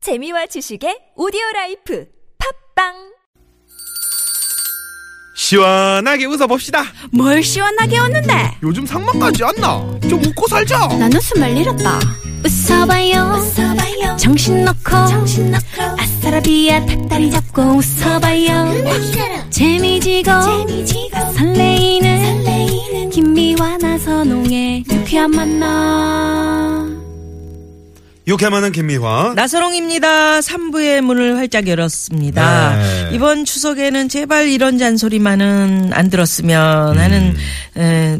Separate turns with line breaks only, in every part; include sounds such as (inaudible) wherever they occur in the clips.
재미와 지식의 오디오 라이프 팝빵
시원하게 웃어봅시다.
뭘 시원하게 웃는데
요즘 상만까지 안 나. 좀 웃고 살자.
난 웃음을 잃었다 웃어봐요, 정신 놓고 아싸라비아 닭다리 잡고 웃어봐요 재미지고, 설레이는, 김미와 나선홍의 유쾌한 만남
욕해만한 김미화.
나서롱입니다. 3부의 문을 활짝 열었습니다.
네.
이번 추석에는 제발 이런 잔소리만은 안 들었으면 하는 에,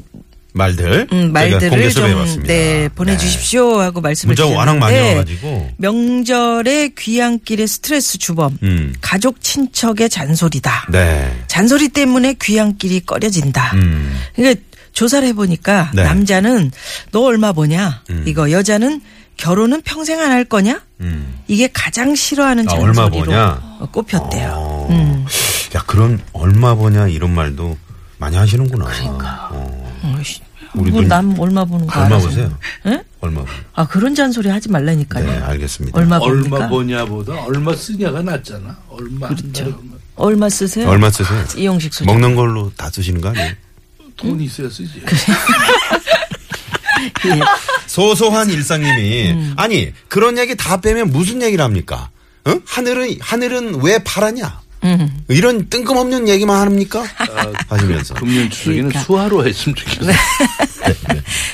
말들. 저희가
음, 말들을
음. 공개
좀
수배해봤습니다. 네.
네, 보내주십시오 네. 하고 말씀을
문자
주셨는데
워낙 많이 와가지고.
명절에 귀향길의 스트레스 주범
음.
가족 친척의 잔소리다.
네.
잔소리 때문에 귀향길이 꺼려진다.
음.
그러니까 조사를 해보니까
네.
남자는 너 얼마 버냐 이거 여자는 결혼은 평생 안 할 거냐
음.
이게 가장 싫어하는
아, 얼마
잔소리로
버냐?
어, 꼽혔대요.
어. 야, 그런 얼마 버냐 이런 말도 많이 하시는구나. 어. 우리도
뭐남 얼마 버는 거
얼마
그러니까. 알아서.
보세요?
예?
얼마 보세요?
아 그런 잔소리 하지 말라니까요.
네, 알겠습니다.
얼마
얼마
버니까
버냐보다 얼마 쓰냐가 낫잖아. 얼마 안 나가면
얼마 쓰세요?
얼마 쓰세요?
이용식 소장.
먹는 걸로 다 쓰시는 거 아니에요?
돈 있어야 쓰지.
소소한 일상님이
음.
아니 그런 얘기 다 빼면 무슨 얘기를 합니까? 어? 하늘은 하늘은 왜 파라냐?
음.
이런 뜬금없는 얘기만 합니까?
(laughs) 아,
하시면서
그
금년 추석에는 수화로 했으면 좋겠어.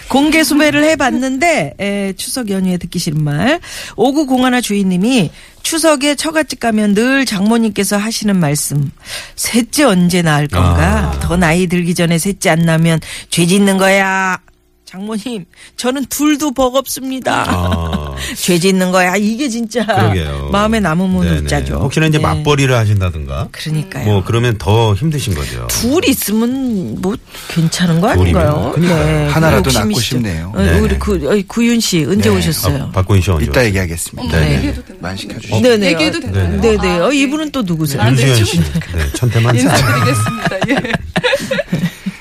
공개 수배를 해봤는데 에, 추석 연휴에 듣기 싫은 말 오구 공하나 주인님이 추석에 처갓집 가면 늘 장모님께서 하시는 말씀 셋째 언제 낳을
아.
건가 더 나이 들기 전에 셋째 안 낳으면 죄 짓는 거야 장모님 저는 둘도 버겁습니다
아,
죄 짓는 거야 이게 진짜
그러게요.
아, 마음에 남으면
네네.
울자죠
혹시나 이제
예.
맞벌이를 하신다든가
그러니까요
뭐 그러면 더 힘드신 거죠.
둘 있으면 뭐 괜찮은 거 아닌가요? 네,
둘이면, 그러니까요.
하나라도
욕심이
낳고
시죠.
싶네요.
어,
네.
우리 구, 어이, 구윤 씨 언제 오셨어요?
아, 박군 씨 언제?
이따 얘기하겠습니다.
네.
만 시켜주시죠.
어,
네네. 얘기해도 되나요? 네네. 어, 이분은 또 누구세요?
어.
어,
윤수현 씨, 네, 천태만사. 인사드리겠습니다.
예.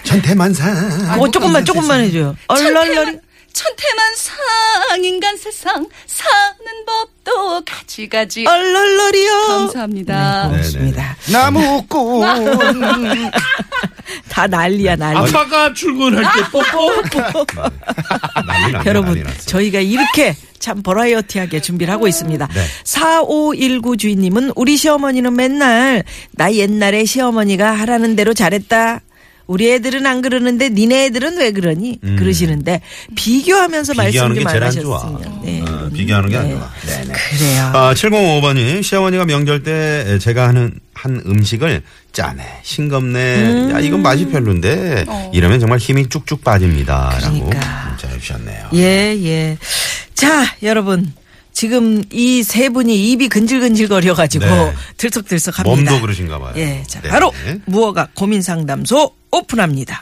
(laughs)
천태만사.
어, 조금만 조금만 해줘요. 얼얼얼.
천태만 상 인간 세상 사는 법도 가지가지
어. 얼얼얼이요.
감사합니다.
고맙습니다.
나무꾼
다 난리야 난리.
아빠가 출근할 때 뽀뽀.
난리 났네, 난리
여러분
났어.
저희가 이렇게 참 버라이어티하게 준비를 하고 있습니다.
네.
4519 주인님은 우리 시어머니는 맨날 나 옛날에 시어머니가 하라는 대로 잘했다. 우리 애들은 안 그러는데 니네 애들은 왜 그러니 그러시는데 비교하면서 말씀
음. 비교하는
좀
게
안
제일 안 좋아.
하셨으면 네,
어,
이건.
비교하는 게 안
네.
좋아. 네, 네.
그래요.
아, 705번님, 시어머니가 명절 때 제가 하는 한 음식을 짠해, 싱겁네, 야, 이건 맛이
음.
별론데, 이러면 정말 힘이 쭉쭉 빠집니다.
어. 그러니까.
라고 문자 주셨네요.
예, 예. 자, 여러분. 지금 이 세 분이 입이 근질근질거려가지고
네.
들썩들썩 합니다.
몸도 그렇죠. 그러신가 봐요.
예, 자,
네.
바로 무허가 고민 상담소 오픈합니다.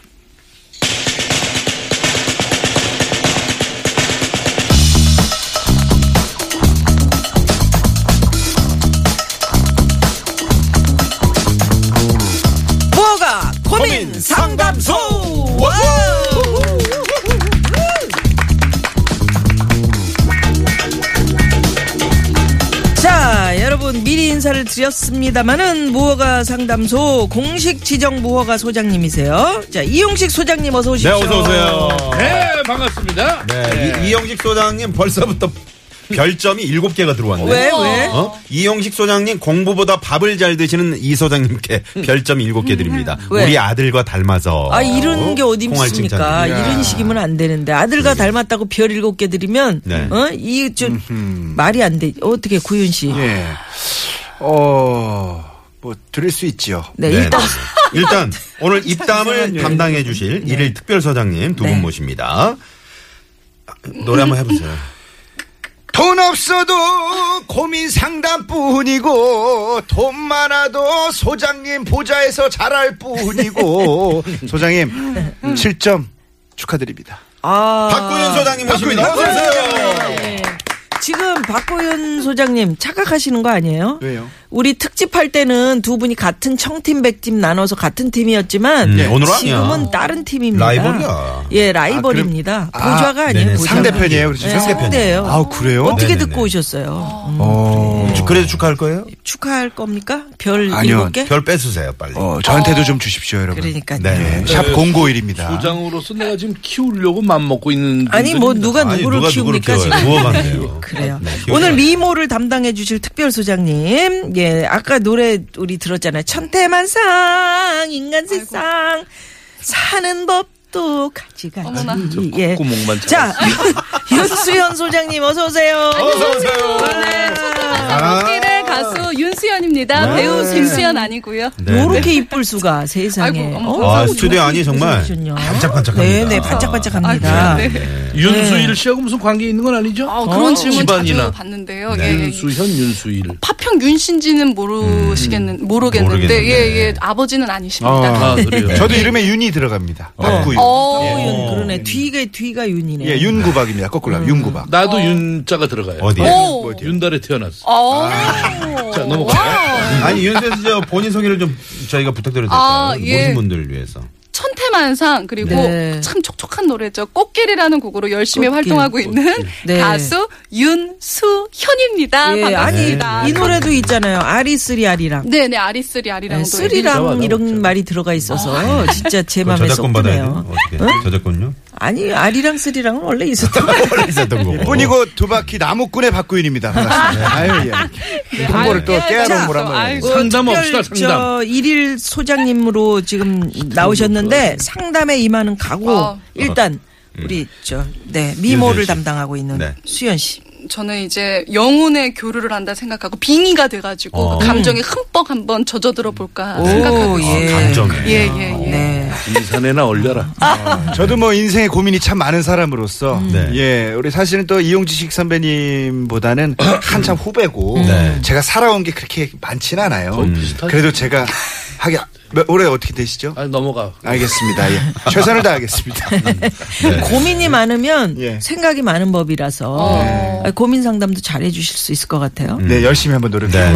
무허가 고민 상담소! 자, 여러분 미리 인사를 드렸습니다만은 무허가 상담소 공식 지정 무허가 소장님이세요. 자, 이용식 소장님 어서
네,
오십시오.
어서오세요.
네, 반갑습니다.
네, 이, 이영식 소장님 벌써부터 별점이 일곱 개가 들어왔네요.
왜 왜?
어? 이영식 소장님 공부보다 밥을 잘 드시는 이 소장님께 별점 일곱 개 드립니다.
음. 왜?
우리 아들과 닮아서.
아 이런 게 어디
콩알증
있습니까?
자님.
이런 식이면 안 되는데 아들과 닮았다고 별 일곱 개 드리면
네.
어이좀 말이 안 돼. 어떻게 구윤 씨?
예. 어, 뭐, 들을 수 있지요.
네,
네,
일단
네. (laughs) 일단 오늘 입담을 담당해 주실 일일 특별 서장님 두 분
네.
모십니다. 노래 한번 해보세요.
돈 없어도 고민 상담뿐이고, 돈 많아도 소장님 보좌에서 잘할 뿐이고, 소장님, 7점 축하드립니다.
아
박구윤 소장님 모십니다. 어서 오세요.
네. 지금 박보윤 소장님 착각하시는 거 아니에요?
네.
왜요?
우리 특집할 때는 두 분이 같은 청팀 백팀 나눠서 같은 팀이었지만
네, 오늘은 아니야.
지금은 다른 팀입니다.
라이벌이야.
예, 라이벌입니다.
아,
보좌가 아니에요.
네네,
보좌가.
상대편이에요, 그렇죠?
네, 상대예요.
상대편이에요.
아우, 그래요?
어떻게
네네네.
듣고 오셨어요? 음.
어,
그래도 축하할 거예요?
축하할 겁니까? 별
아니요.
일곱 개?
별 빼주세요, 빨리.
어, 저한테도 좀 주십시오, 여러분.
그러니까요.
네.
샵 051입니다.
부장으로서 내가 지금 키우려고 맘먹고 있는
아니 뭐
분들입니다.
누가 누구를 키웁니까
키워요?
지금?
누워봤네요.
(laughs) 그래요.
네, 키워요.
오늘 미모를 담당해 주실 특별 소장님. 예, 아까 노래 우리 들었잖아요. 천태만상 인간 세상 사는 법도 가지가지.
어머나.
예.
콧구멍만
자, (laughs) 윤수현 소장님 어서 오세요. 아,
네, 천태만상국기의 네, 가수 윤수연입니다. 배우 김수연 아니고요.
네,
요렇게 이쁠 수가 세상에.
아이고, 어머,
어우,
아,
너무
스튜디오
좋은
안이 정말
분이시군요. 네,
반짝반짝합니다.
네, 반짝반짝합니다.
아, 네.
윤수일 씨하고 무슨 관계 있는 건 아니죠?
아, 그런 질문
집안이나.
자주 봤는데요.
네.
예, 예.
윤수현 윤수일.
파평 윤씨인지는 모르시겠는 음, 모르겠는데
모르겠는데.
예예 아버지는 아니십니다.
아, 그래요.
저도 이름에 윤이 들어갑니다. 박구윤.
어,
윤, 그러네. 뒤가 뒤가 윤이네.
예, 윤구박입니다. 거꾸로 하면 윤구박.
나도 윤자가 들어가요.
어디에?
오.
뭐, 윤달에 태어났어.
어.
자, 넘어가요.
아니, 윤세 씨, 저 본인 소개를 좀 저희가 부탁드려도 될까요?
아, 예.
모든 분들을 위해서.
천태만상 그리고
네.
참 촉촉한 노래죠. 꽃길이라는 곡으로 열심히
꽃길,
활동하고 있는
네.
가수 윤수현입니다.
예, 아니
반갑습니다.
이 노래도 있잖아요. 아리 쓰리 아리랑.
네네 아리쓰리 아리랑
네,
도
쓰리랑
맞아,
이런
맞아.
말이 들어가 있어서 진짜 제
그거
마음에
저작권
쏙
받아야 돼요.
드네요.
어떻게? 저작권요?
아니 아리랑 쓰리랑은 원래 있었던 뭐 거.
(laughs) 원래 있었던 거고.
뿐이고 두 바퀴 나무꾼의 박구윤입니다. 반갑습니다. 아유, 예. 홍보를 또 깨알은 뭐란 말이에요.
상담 없시다
특별
상담.
저 일일 소장님으로 지금
어.
나오셨는데 상담에 임하는 각오
어.
일단 우리 저 네 미모를
음. 윤수연 씨.
담당하고 있는
네.
수현 씨.
저는 이제 영혼의 교류를 한다 생각하고 빙의가 돼가지고
어.
그 감정에 흠뻑 한번 젖어들어 볼까
오,
생각하고
예.
아, 감정에.
예예예 예,
네.
인산에나 얼려라.
저도 뭐 인생에 고민이 참 많은 사람으로서
네.
예 우리 사실은 또 이용지식 선배님보다는 한참 후배고
네.
제가 살아온 게 그렇게 많진 않아요.
거의 비슷하죠.
그래도 제가 하기 몇- 올해 어떻게 되시죠?
아, 넘어가.
알겠습니다. 예. 최선을 다하겠습니다.
네.
네. 고민이 많으면
예.
생각이 많은 법이라서 아, 고민 상담도 잘해 주실 수 있을 것 같아요.
네 열심히 한번
네.
노력해보겠습니다.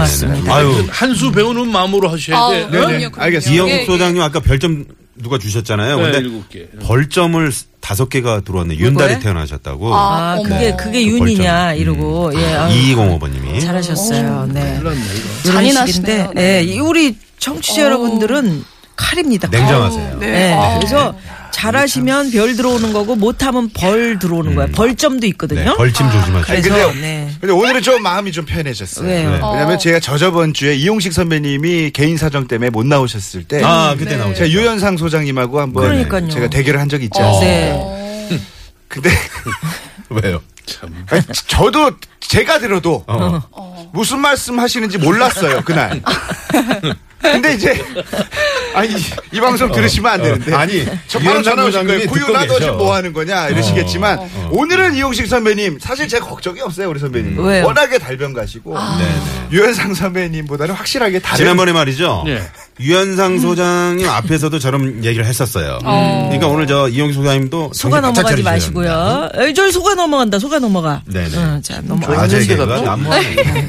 고맙습니다.
아유,
그 한수 배우는 마음으로 하셔야
아우,
돼.
그럼요,
네네,
그럼요.
알겠습니다.
이영국
예, 예.
소장님 아까 별점 누가 주셨잖아요.
네,
근데
일곱 개.
벌점을 다섯 개가 들어왔네. 윤달이
누구의?
태어나셨다고.
아,
아,
어머.
그게 그게
그
윤이냐
벌점. 음.
이러고 예. 아유.
2205번님이.
잘하셨어요. 네.
몰랐네, 이거.
이런
잔인하시네요. 어.
식인데, 예, 이 우리 청취자 여러분들은 칼입니다. 칼.
냉정하세요.
네.
예,
아,
그래서 잘하시면 별 들어오는 거고 못하면 벌 들어오는 거예요. 벌점도 있거든요.
음. 네, 벌침
그래서
조심하세요.
네.
근데 오늘은 좀 마음이 좀 편해졌어요.
왜요?
네.
왜냐면 제가 저저번 주에 이용식 선배님이 개인 사정 때문에 못 나오셨을 때 네.
아, 그때 나오죠.
제가 유현상 소장님하고 한번
그러니까요.
제가 대결을 한 적이 있지
어,
않습니까?
네.
근데
(laughs) 왜요?
아니, 저도 제가 들어도
어.
무슨 말씀 하시는지 몰랐어요
(laughs)
그날. 근데 이제 아니 이, 이 방송 들으시면 안 되는데
어, 아니,
저 바로
이현상
전화 오신
부장님이
거예요. 구유
듣고
나도
계셔. 어,
지금 뭐 하는 거냐 이러시겠지만 오늘은 이용식 선배님 사실 제가 걱정이 없어요 우리 선배님.
왜요?
워낙에 달변가시고
음. 아. 네네.
유현상 선배님보다는 확실하게 다른
지난번에 말이죠.
예.
음.
유현상 소장님 앞에서도 저런 얘기를 했었어요. 그러니까 오늘 저 이용식 소장님도 정신 바짝
속아 넘어가지
차리셔야 됩니다.
마시고요. 에이, 저 속아 넘어간다. 속아 넘어가.
네네.
어, 자, 넘어가.
아, 제
좋은
개그가
생각도-
난무하네. 네.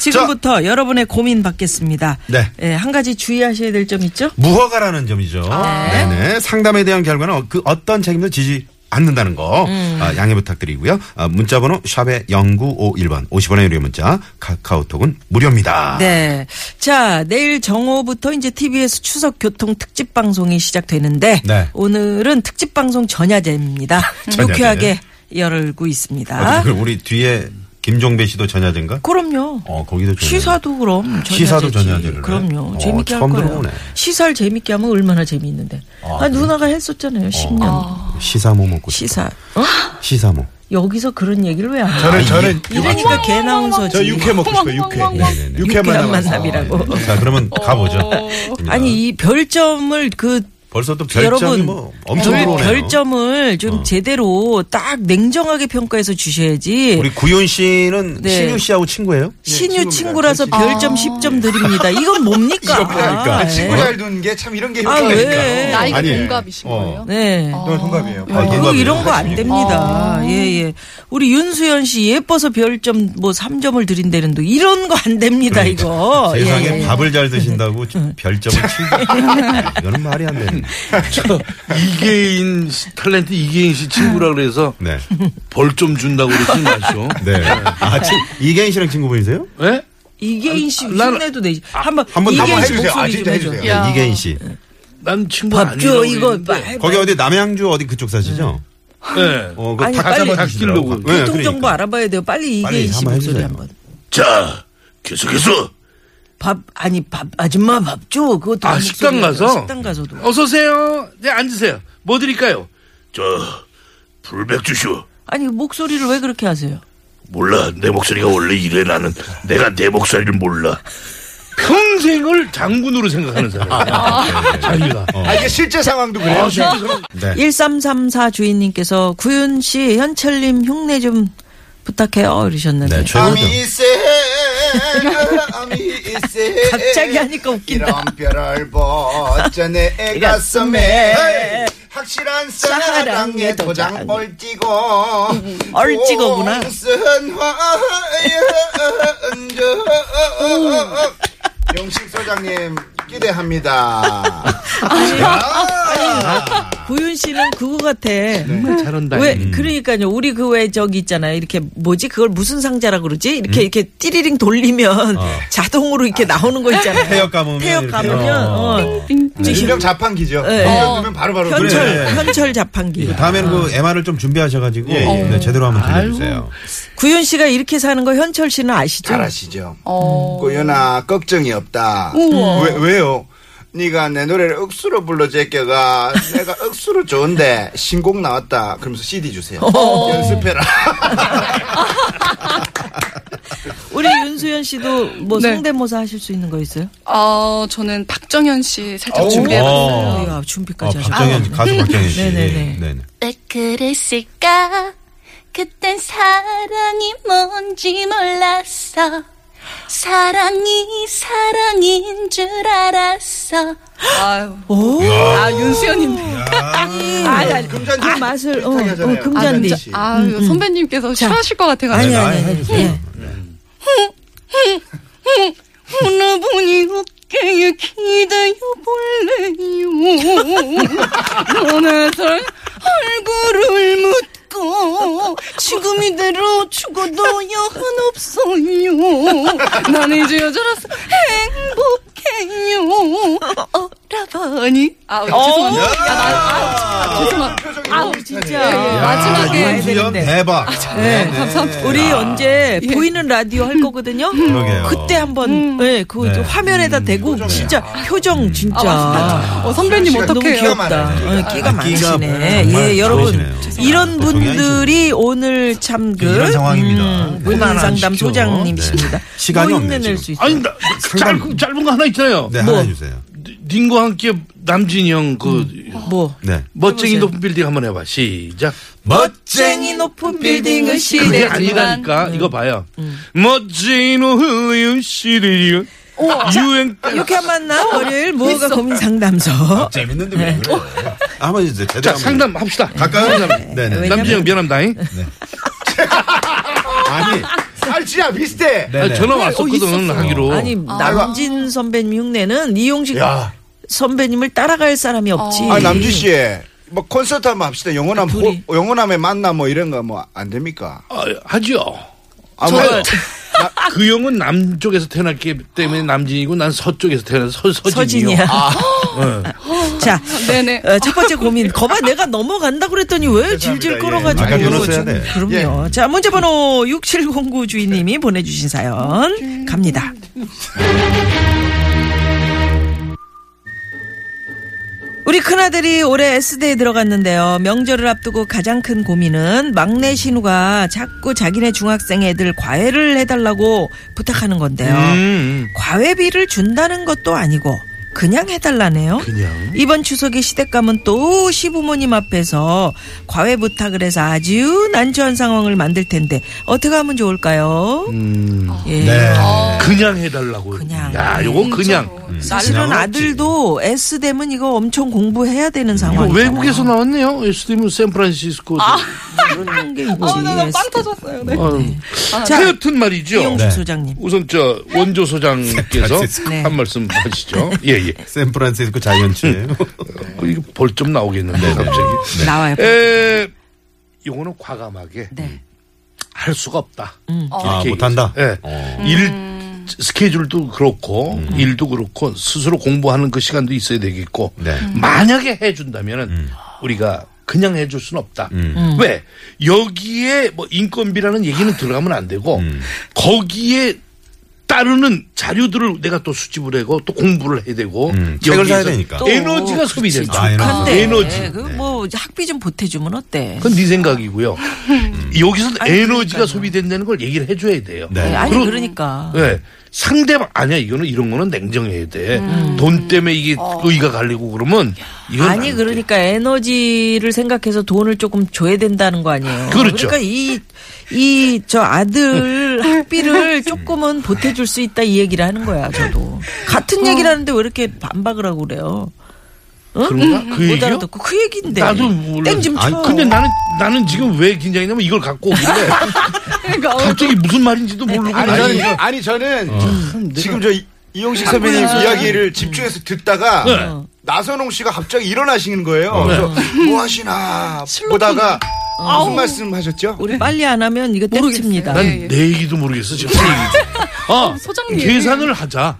지금부터 여러분의 고민 받겠습니다.
네.
예, 한 가지 주의하셔야 될 점 있죠?
무허가라는 점이죠.
아,
네네. 상담에 대한 결과는 그 어떤 책임도 지지 않는다는 거
음.
아, 양해 부탁드리고요. 아, 문자번호 샵의 0951번 50원의 유료 문자 카카오톡은 무료입니다.
네. 자, 내일 정오부터 이제 TBS 추석 교통 특집 방송이 시작되는데
네.
오늘은 특집 방송 전야제입니다.
(laughs) 전야제.
유쾌하게 열고
아,
있습니다.
그 우리 뒤에 김종배 씨도 전야제인가?
그럼요.
어, 거기도 전야제.
시사도 그럼 전야제지.
시사도 전야제를 해요?
그럼요.
어,
재밌게 할
처음
거예요.
들어보네. 네.
시사를 재밌게 하면 얼마나 재미있는데. 아, 누나가
어,
했었잖아요. 10년.
시사모 먹고 싶
시사. 어?
시사모.
여기서 그런 얘기를 왜 안 해?
저는 저는
이러니까 개나운서지.
저 육회 먹고 싶어요 육회.
네네네.
육회만
유쾌한
남았어.
만남이라고.
자, 그러면
어.
가보죠.
아니, 이 별점을 그
벌써 또 별점이
여러분,
뭐 엄청
별-
들어오네요.
별점을 좀
어.
제대로 딱 냉정하게 평가해서 주셔야지.
우리 구윤 씨는
네.
신유 씨하고 친구예요?
신유
친구입니다.
친구라서 별점 10점 드립니다. 이건 뭡니까?
그러니까.
네.
아, 친구 잘 두는 게 참 이런 게
아,
효과가 있다.
왜?
나이가
아니,
동갑이신
어.
거예요?
네.
넌 동갑이에요.
아,
그리고
동갑이에요.
이런 거 안 됩니다. 예, 예. 우리 윤수연 씨 예뻐서 별점 뭐 3점을 드린다는데 이런 거 안 됩니다, 이거. 예,
그러니까. (laughs) 세상에
예. 음.
밥을 잘 드신다고 좀 (laughs) 별점을 치고 이거는 말이 안 되는.
(laughs) 저 이계인 씨, 탤런트 이계인 씨 친구라 그래서
네,
벌 좀 준다고 그러지 마시오. (laughs)
네. 아, 지, 이계인 씨랑 친구분이세요?
예?
이계인 씨
나는-
흉내도 내지. 한번
아, 한번
이계인
한번
씨
해주세요. 아,
목소리 좀
진짜
해줘.
해주세요. 네, 이계인 씨.
난 친구
밥 줘, 이거.
거기 어디 남양주 어디 그쪽 사시죠?
네.
어, 그
음. 아니,
닭
빨리.
잡아 주시라고.
닭길로.
네,
교통정보
그러니까.
알아봐야 돼요. 빨리
빨리
이계인 씨
한번
목소리
해주세요.
한번.
자, 계속해서.
밥, 아니, 밥, 아줌마 밥 줘. 그것도
아,
그
식당
목소리가
가서?
식당 가서도.
어서오세요. 네, 앉으세요. 뭐 드릴까요? 저, 불백 주시오.
아니, 목소리를 왜 그렇게 하세요?
몰라. 내 목소리가 원래 이래 나는. 내가 내 목소리를 몰라. 평생을 장군으로 생각하는 사람이야. (laughs) 자기가.
아, 이게 실제 상황도 그래요.
아, 진짜 저는
네.
예. 1334 주인님께서 구윤 씨, 현철님 흉내 좀 부탁해요. 이러셨는데.
네, 최고죠.
세 아미 세
갑자기 하니까 웃긴다.
이런 별을 벗자 내 가슴에 확실한 사랑의 도장 얼찍어
음, 얼찍어구나.
용식 소장님 기대합니다.
구윤 씨는 그거 같아.
네. 잘한다.
왜 그러니까요. 우리 그 왜 저기 있잖아요. 이렇게 뭐지? 그걸 무슨 상자라 그러지?
음.
이렇게 이렇게 띠리링 돌리면 자동으로 이렇게 나오는 거 있잖아요.
어. 태엽 감으면
태엽
이렇게.
감으면 어.
일명 네, 자판기죠.
네.
그러면 바로바로
현철
그래.
현철 자판기.
다음에는 그 MR을 좀 준비하셔가지고
예, 예.
네, 제대로 한번 들려주세요.
구윤 씨가 이렇게 사는 거 현철 씨는 아시죠?
잘하시죠.
어.
고연아 걱정이 없다.
음.
우와.
왜, 왜요? 네가 내 노래를 억수로 불러 제껴가 내가 억수로 좋은데 신곡 나왔다 그러면서 CD 주세요 연습해라
우리 윤수연 씨도 뭐
네.
성대모사 하실 수 있는 거 있어요?
어, 저는 박정현 씨 살짝 준비해봤어요.
어.
야,
아,
준비까지
박정현
하셨네.
씨, 가수 박정현 씨.
음. 네네네.
네네.
왜 그랬을까? 그땐 사랑이 뭔지 몰랐어. 사랑이 사랑인 줄 알았어.
아유.
오.
아, 윤수연인데.
아니, 아니,
금잔디
그 맛을 어,
비슷하게
어
하잖아요.
금잔디.
아, 진짜.
아, 선배님께서 싫어하실 것
아니
같아가지고.
네,
아니.
나
아니.
해주세요.
네.
오늘 보니 어깨에 기대어 볼래요. 너나설 얼굴을 묻고 지금 이대로 죽어도 여한 없어요. 난 이제 여자라서 행복해요. 어, 어라바니. 아, 죄송합니다. 야, 나, 아, 죄송합니다.
표정이
아,
너무
예,
진짜.
예, 마지막에.
윤수연
되는데.
대박.
네.
네, 네.
우리 언제 보이는 라디오 할 거거든요.
그러게요.
때 한번 네, 그
네. 음,
화면에다 대고 진짜 표정 진짜.
어,
뭐
선배님
시간 너무
어떡해요.
귀여워.
귀엽다.
많아요,
어, 끼가
아, 끼가
많으시네.
정말
예, 여러분
좋으시네요.
이런
보통이
분들이 오늘 참그
이런 상황입니다. 네.
고민 상담
시켜.
소장님십니다.
네. 시간이
뭐
없네요,
흉내낼
지금.
수 있어요.
아니, 나, 짧은, 짧은 거 하나 있잖아요.
네,
뭐.
하나 해주세요.
님과 함께 남진이 형 그,
뭐
네.
멋쟁이 높은 빌딩 한번 해봐. 시작.
쨍이 높은 음. 빌딩을
그게
시대
아니라니까. 이거 봐요. 멋쟁이 노후 시리요. 유행 때
이렇게 하면 나 월요일 뭐가 고민
아,
상담소.
재밌는데
네.
왜 그래? 한번 해주세요. 제대로
자,
한번.
상담 합시다.
갈까요? 네네.
왜냐면-
남진영 미안합니다. 잉
아니.
아니 진짜 비슷해
아,
네네.
전화 왔었거든 하기로.
어, 아니 남진 선배님 흉내는 이용식
야.
선배님을 따라갈 사람이 없지.
아 남주씨 뭐 콘서트 한번 합시다 영원함
그 둘이.
호- 영원함의 만남 뭐 이런 거 뭐 안 됩니까
아, 하죠.
아, 뭐,
저요. 그 형은 남쪽에서 태어났기 때문에 남진이고 난 서쪽에서 태어나서 서, 서진이요.
서진이야. (laughs) 자,
네네.
어, 첫 번째 고민. 거봐, 내가 넘어간다 그랬더니 왜 질질 끌어가지고.
예. 아까 눌렀어야
지금.
돼.
그럼요. 자, 문자번호 6709 주인님이 보내주신 사연 갑니다. 우리 큰아들이 올해 S대에 들어갔는데요. 명절을 앞두고 가장 큰 고민은 막내 신우가 자꾸 자기네 중학생 애들 과외를 해달라고 부탁하는 건데요.
음.
과외비를 준다는 것도 아니고 그냥 해달라네요. 이번 추석에 시댁감은 또 시부모님 앞에서 과외 부탁을 해서 아주 난처한 상황을 만들 텐데 어떻게 하면 좋을까요? 예.
네.
어. 그냥 해달라고.
그냥.
음.
음,
야, 요거 그냥.
사실은 아들도 S 되면 이거 엄청 공부해야 되는
이거
상황이에요.
음. 외국에서 나왔네요. 스티븐 샌프란시스코.
아, 그런 게 있지.
아, 나,
S
나빵 터졌어요. 네.
어.
아, 자,
하여튼 말이죠.
이용식
네.
소장님.
우선 저 원조 소장께서
샌프란시스코.
네.
한 말씀 하시죠. 예, 예.
샌프란시스코 자이언츠.
음.
어, 이거 벌 좀 나오겠는데 갑자기.
나와요.
네. 에, 이거는
네.
과감하게 할 수가 없다.
아,
음.
이렇게
못한다? 어.
얘기했어요. 예. 일 스케줄도 그렇고
음.
일도 그렇고 스스로 공부하는 그 시간도 있어야 되겠고
네. 음.
만약에 해준다면은 우리가 그냥 해줄 수는 없다.
음.
왜 여기에 뭐 인건비라는 얘기는 들어가면 안 되고
음.
거기에 따르는 자료들을 내가 또 수집을 하고 또 공부를 해야 되고
음. 책을
여기에서
사야 되니까.
또
에너지가
그치,
소비된다.
아, 에너지.
근데 예,
에너지. 네.
그뭐 학비 좀 보태주면 어때?
그건 네 생각이고요. 여기서
아니,
에너지가
그러니까요.
소비된다는 걸 얘기를 해줘야 돼요.
네.
아니
그러-
그러니까
네. 상대방 아니야 이거는 이런 거는 냉정해야 돼. 돈 때문에 이게 의가 갈리고 그러면 이건
아니
안 돼.
그러니까 에너지를 생각해서 돈을 조금 줘야 된다는 거 아니에요.
그렇죠.
그러니까 이 이 저
(laughs)
아들 학비를 조금은 보태줄 수 있다 이 얘기를 하는 거야. 저도 같은
어.
얘기를 하는데 왜 이렇게 반박을 하고 그래요? 어?
그런가? 그
못
얘기요?
알아듣고 그 얘긴데.
나도 몰라.
땡좀
아니,
쳐.
근데 나는 나는 지금 왜 긴장했냐면 이걸 갖고 오길래
그러니까
어.
어,
갑자기 무슨 말인지도 모르고
아니, 그러니까.
나는
저는,
이거
아니, 저는
참 내가-
지금 저 이- 이용식 선배님 이야기를 집중해서 듣다가 나선홍 씨가 갑자기 일어나시는 거예요. 그래서 뭐 하시나 보다가 무슨 말씀 하셨죠?
우리 빨리 안 하면 이거 때려칩니다. 네.
난
모르겠어요.
내 얘기도 모르겠어 지금. 아,
소장님.
계산을 하자.
아,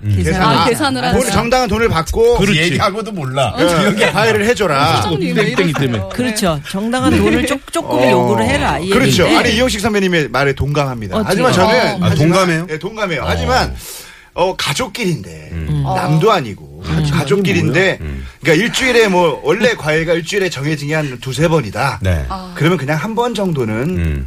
계산을
아,
하자.
뭘 정당한 돈을 받고
그렇지.
음. 얘기하고도 몰라.
그 파일을 해줘라.
소장님, 왜
땡땡이 때문에.
이러세요?
그렇죠. 정당한
네.
돈을 조, 조금 어.
어.
요구를 해라. 이
그렇죠.
얘기인데.
아니 이용식 선배님의 말에 동감합니다.
어,
하지만
진짜.
저는
아,
하지만-
동감해요?
예, 동감해요. 하지만 어 가족끼리인데
음. 어.
남도 아니고 가족끼리인데
음.
그러니까 일주일에 뭐 원래 과외가 일주일에 정해진 게 한 두세 번이다.
네.
아.
아.
그러면 그냥 한 번 정도는
음.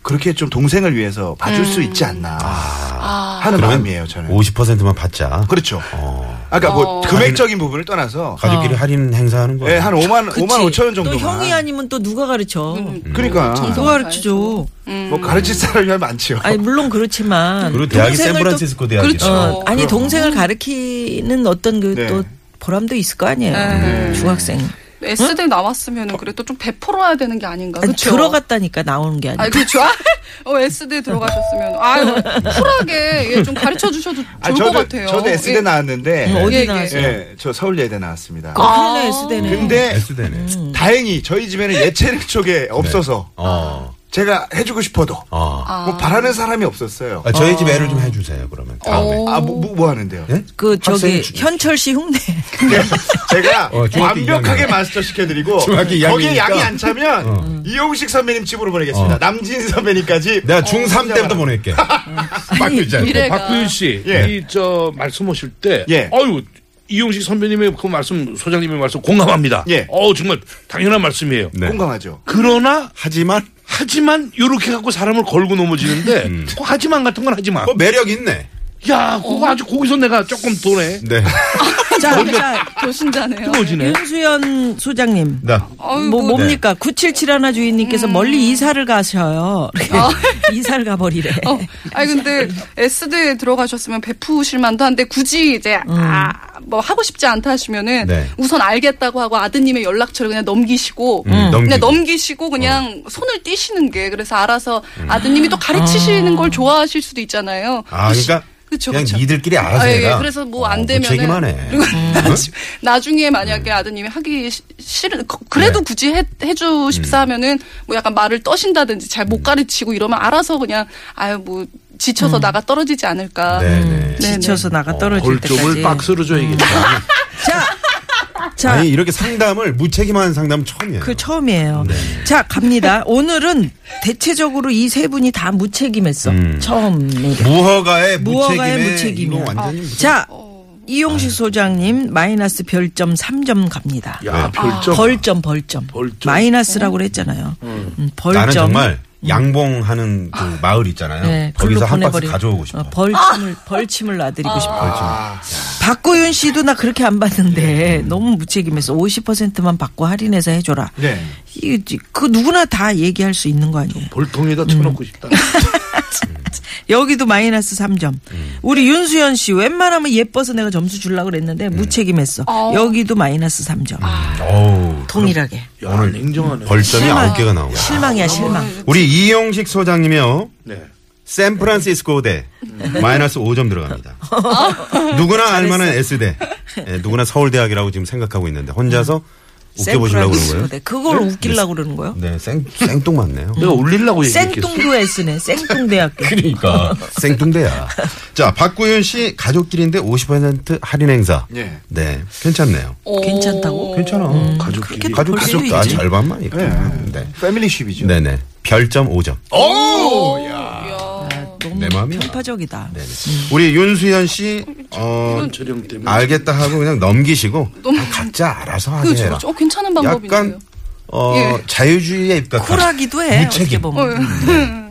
그렇게 좀 동생을 위해서 봐줄
음.
수 있지 않나 하는
아. 그러면
마음이에요 저는.
50%만 받자.
그렇죠.
어.
아까 뭐 금액적인 부분을 떠나서
아.
가족끼리 할인 행사하는 거야.
예, 한 5만
그치.
5만 5천 원 정도만.
또 형이 아니면 또 누가 가르쳐?
음.
음.
아.
그러니까
아.
누가 가르쳐줘?
뭐 가르칠 사람이 많지요.
아니 물론 그렇지만
그리고 대학이
동생을
샌프란시스코 대학이죠.
또,
그렇죠.
어, 아니 동생을 가르키는 어떤 그
네.
또 보람도 있을 거 아니에요.
네.
네.
중학생
S대 남았으면 네, 그래도 좀 베풀어야 되는 게 아닌가.
아니,
그렇죠.
들어갔다니까 나오는 게 아니야.
아, 그렇죠. 아, 어, S대 들어가셨으면 아유 쿨하게 예, 좀 가르쳐 주셔도 좋을
아,
것
저도
같아요.
저도 S대
예.
나왔는데
음, 어디
예, 예.
나왔어? 요
예, 저 서울예대 나왔습니다.
아.
그러네 S대네.
근데
S대네.
음.
다행히 저희 집에는 예체능
네.
쪽에 없어서
어.
제가 해주고 싶어도
어.
아.
뭐 바라는 사람이 없었어요.
아, 저희 집 애를 좀 해주세요, 그러면.
어.
다음에.
아, 뭐, 뭐, 뭐 하는데요? 네.
예?
그 저기
학생 주-
현철 씨
(laughs)
흉내.
제가
어, 중학교
완벽하게
이학년.
마스터 시켜드리고
중학교
거기에
이학년이니까.
양이 안 차면 이용식 선배님 집으로 보내겠습니다.
어.
남진 선배님까지 어, 네.
내가 중3 때부터 뭐- (laughs) 보낼게. 맡기지 않고.
어. 미래가.
네, 박구윤 씨,
예.
이 저 말씀하실 때,
예.
아유 이용식 선배님의 그 말씀, 소장님의 말씀 공감합니다.
예.
어 정말 당연한 말씀이에요.
네.
공감하죠.
그러나
하지만,
하지만 요렇게 갖고 사람을 걸고 넘어지는데 그거 하지만 같은 건 하지 마.
뭐 매력 있네.
야, 그거 아주 거기서 내가 조금 도네.
네.
자, 자
교신자네요.
끊어지네.
윤수연 소장님.
나.
아유,
뭐
뭐, 음.
뭡니까? 9771 주인님께서 멀리 이사를 가셔요. (laughs) 이사를 가버리래.
아. 어, 아니 근데 S대에 들어가셨으면 베푸실 만도 한데 굳이 이제 아
음.
뭐 하고 싶지 않다 하시면은
네.
우선 알겠다고 하고 아드님의 연락처를 그냥 음. 넘기시고
음. 넘기고.
그냥 넘기시고 그냥 손을 떼시는 게 그래서 알아서 아드님이 또 가르치시는 걸 좋아하실 수도 있잖아요.
아, 그러니까.
그쵸그
그냥
쵸
니들끼리 알아서
아, 예,
해라.
예. 그래서 뭐 안
어,
되면은
책임하네. 음.
그리고 (laughs) 나중- 나중에 만약에 아드님이 하기 시- 싫은 거- 그래도
네.
굳이 해, 해주 싶사 하면은 뭐 약간 말을 떠신다든지 잘
음.
못 가르치고 이러면 알아서 그냥 아유 뭐 지쳐서 나가 떨어지지 않을까.
네네.
네,
지쳐서 나가 떨어질
골쪽을
때까지.
박스로 줘야겠다.
자,
아니 이렇게 상담을 무책임한 상담은 처음이에요.
그 처음이에요. 자, 갑니다. 오늘은 대체적으로 이 세 분이 다 무책임했어. 처음이래.
무허가의
무허가의
무책임에
무책임이야.
이거 완전히 무슨-
자, 이용식 소장님 마이너스 별점 3점 갑니다.
야, 아, 별점.
벌점, 벌점.
벌점.
마이너스라고 그랬잖아요. 음, 벌점.
나는 정말 양봉하는 그 마을 있잖아요.
네,
거기서
글로
한 박스
보내버리-
가져오고 싶어.
어, 벌침을 벌침을 놔드리고 싶어. 박구윤 씨도 나 그렇게
네.
안 봤는데 너무 무책임해서 50%만 받고 할인해서 해줘라.
네.
이그 누구나 다 얘기할 수 있는 거 아니에요.
볼통에다 쳐놓고 싶다.
음.
여기도 마이너스 3점.
음.
우리 윤수연 씨 웬만하면 예뻐서 내가 점수 주려고 그랬는데
음.
무책임했어.
어.
여기도 마이너스 3점.
어우.
동일하게.
야, 냉정하네.
벌점이 아홉 개가 나오고.
실망이야 실망.
우리 이용식 소장님이요.
네.
샌프란시스코대 마이너스 5점 들어갑니다.
음.
누구나 알만한 S대. 예, 누구나 서울대학이라고 지금 생각하고 있는데 혼자서 웃겨보시려고 그런 거예요?
네, 그걸 웃기려고 그러는 거예요?
네, 생, 생뚱 맞네요.
내가 울리려고 얘기했겠어.
생뚱도에 쓰네. 생뚱대학교.
그러니까. (laughs) 생뚱대야. 자, 박구윤 씨 가족끼리인데 50% 할인 행사.
예.
네, 괜찮네요.
어, 괜찮다고?
괜찮아.
가족끼리.
그렇게
가족,
볼 수도
가족도 아,
있지.
절반만 이렇게. 네.
패밀리쉽이죠.
네네. 별점 5점.
어?
오, 야.
내 마음이야.
편파적이다.
우리 윤수현 씨, 어,
촬영 때문에.
알겠다 하고 그냥 넘기시고, 아, 각자 알아서
그
하세요.
저거 괜찮은 방법인데요.
약간, 어,
예.
자유주의에 입각한.
쿨하기도 해. 어떻게
무책임. 음.
보면. 어.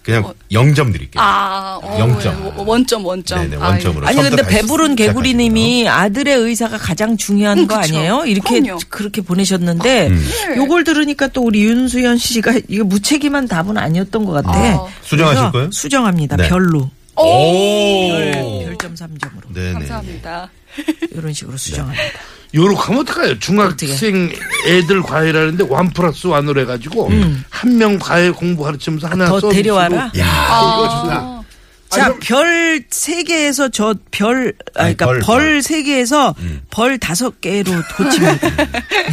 그냥 영점 드릴게요.
아, 어,
영점.
예, 원점 원점.
네네, 원점으로.
아니
처음부터
근데
다시
배부른 개구리님이
어.
아들의 의사가 가장 중요한
음,
거
그쵸.
아니에요? 이렇게
그럼요.
그렇게 보내셨는데
음.
네.
요걸 들으니까 또 우리 윤수연 씨가 이거 무책임한 답은 아니었던 것 같아.
아.
수정하실
그래서
거예요?
수정합니다.
네.
별로
오!
별점 3점으로
네네.
감사합니다.
이런 식으로 수정합니다.
요렇게 하면 어떡해요? 중학생 애들 과외라는데 완 플러스 완으로 해가지고 한 명 과외 공부 가르치면서
네.
하나
음. 더
서비스로
데려와라.
아,
아,
이거 좋다.
자, 별 세개에서 저 별, 아,
아니, 음.
그러니까
벌,
벌 세개에서벌 다섯 개로
(laughs)
고칩니다.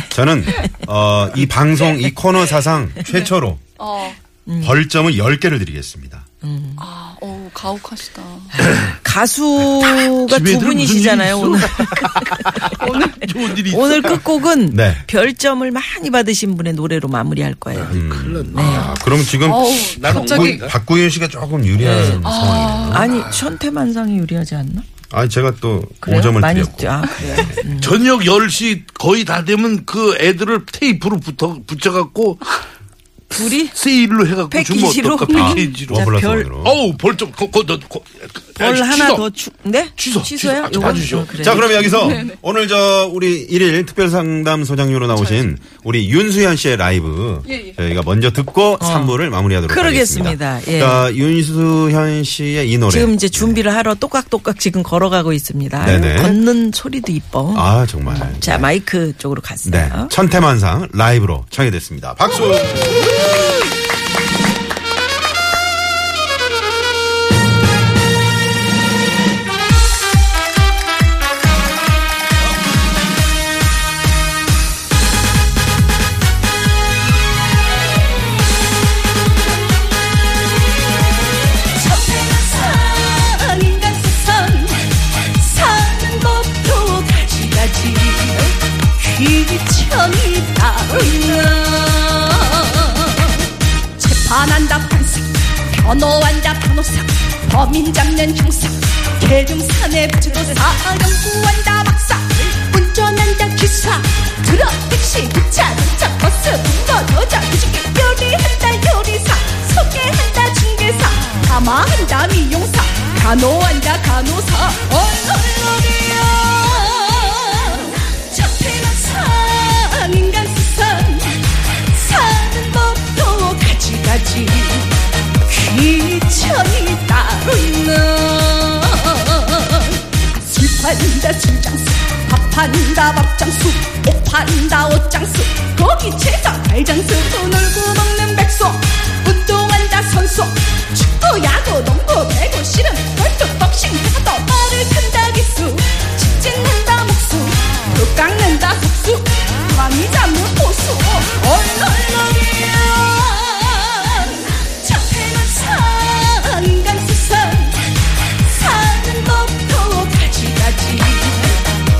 저는, 어, 이 방송, 이 코너 사상 최초로
어,
음.
벌점을 10개를 드리겠습니다.
아, 어, 가혹하시다.
가수가
집에
두
들은
분이시잖아요,
무슨 일이 (laughs)
오늘.
좋은 일이
오늘 끝곡은
네.
별점을 많이 받으신 분의 노래로 마무리할 거예요.
큰일 났네.
아, 그럼 지금
어우,
나는
갑자기
엉망인가?
박구윤 씨가 조금 유리한 상황이네요.
아니, 천태만상이 유리하지 않나?
아, 제가 또
그래요?
5점을
많이
드렸고.
드- 아, 그래요?
저녁 10시 거의 다 되면 그 애들을 테이프로 붙어, 붙여갖고
둘이?
세일로 해갖고
패키지로? 음.
주면 어떨까? 패키지로.
자,
워블라
아, 별-
아, 소원으로.
어우 벌점 거, 거, 너, 거,
벌 하나 더 추, 네?
취소,
취소요? 뭐
취소. 봐주셔.
자, 그럼
네.
여기서 오늘 저 우리 일일 특별 상담 소장료로 나오신 우리 윤수현 씨의 라이브
예, 예.
저희가 먼저 듣고 삼부를 마무리하도록
어. 그러겠습니다.
하겠습니다.
예.
그러니까 윤수현 씨의 이 노래
지금 이제 준비를 하러 똑깍똑깍 지금 걸어가고 있습니다. 아유,
네네.
걷는 소리도 이뻐.
아, 정말.
자, 마이크 쪽으로 갔어요.
네. 천태만상 라이브로 청해됐습니다. 박수!
천태만상 인간 세상 사는 법도 가지가지 귀천이 따로 있나 재판한다 판사 변호한다 변호사 범인 잡는 형사 대중산의 부도사 연구한다 박사 운전한다 기사 트럭 택시 기차 자동차 버스 분거 여자 유식기 요리한다 요리사 소개한다 중개사 담화한다 미용사 간호한다 간호사 얼얼얼이야 첫해만산 인간 세상 사는 법도 가지가지 귀천이 따로 있나 술 판다 술장수 밥 판다 밥장수 옷 판다 옷장수 고기 채장 달장수 놀고 먹는 백소 운동한다 선수 축구 야구 농구 배구 씨름 월드 복싱 해서도 말을 큰다 기수 집 짓는다 목수 표 깎는다 속수 왕이 잡는 호수 얼얼얼이야 첫해만 산 인간 세상 사는 법도 가지가지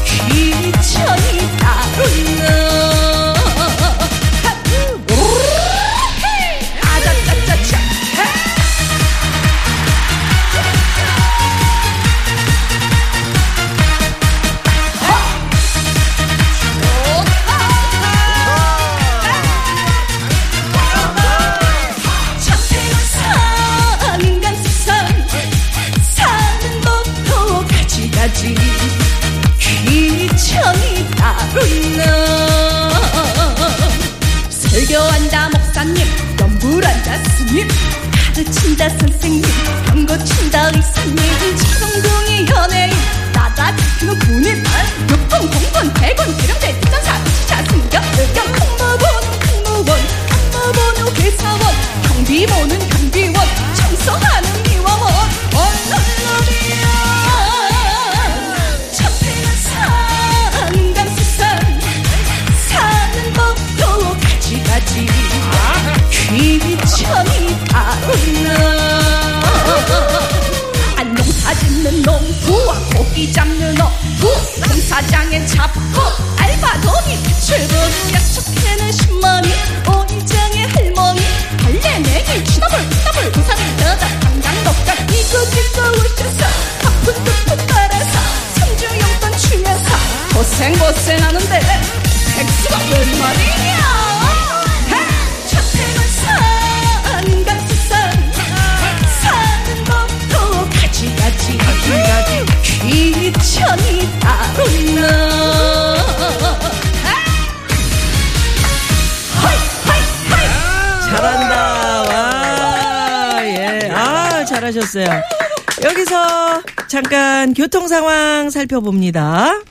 귀천이 따로 있나 아자짜짜짜 천태만산 인간 세상 사는 법도 가지가지 귀천이 따로 있나 설교한다 목사님 연불한다 스님 가르친다 선생님 경고친다 의사님 자동둥이 연예인 나다지키는 군인 육군 공군 대군 대령대 특전사 지자 승격 의경 공무원 공무원 간부보는 회사원 경비보는 경비원 청소하는 미화원 얼얼얼이야 천태는 산간 세상 사는 우와 고기 잡는 어부 공사장에 잡고 알바돈이 출근료 축제는 10만이 오인장의 할머니 벌레 내기 더블 더블 부산을 떠다 당장 녹각 이곳저곳 오셔서 바쁜 듯한 따라서 3주 용돈 주면서 고생 고생하는데 백수가 웬 말이냐 하! 첫해만 산 값싼 사는 법도 가지가지 귀천이 따로 있나 하이 하이 하이
잘한다. 와. 예. 아, 잘하셨어요. 여기서 잠깐 교통 상황 살펴봅니다.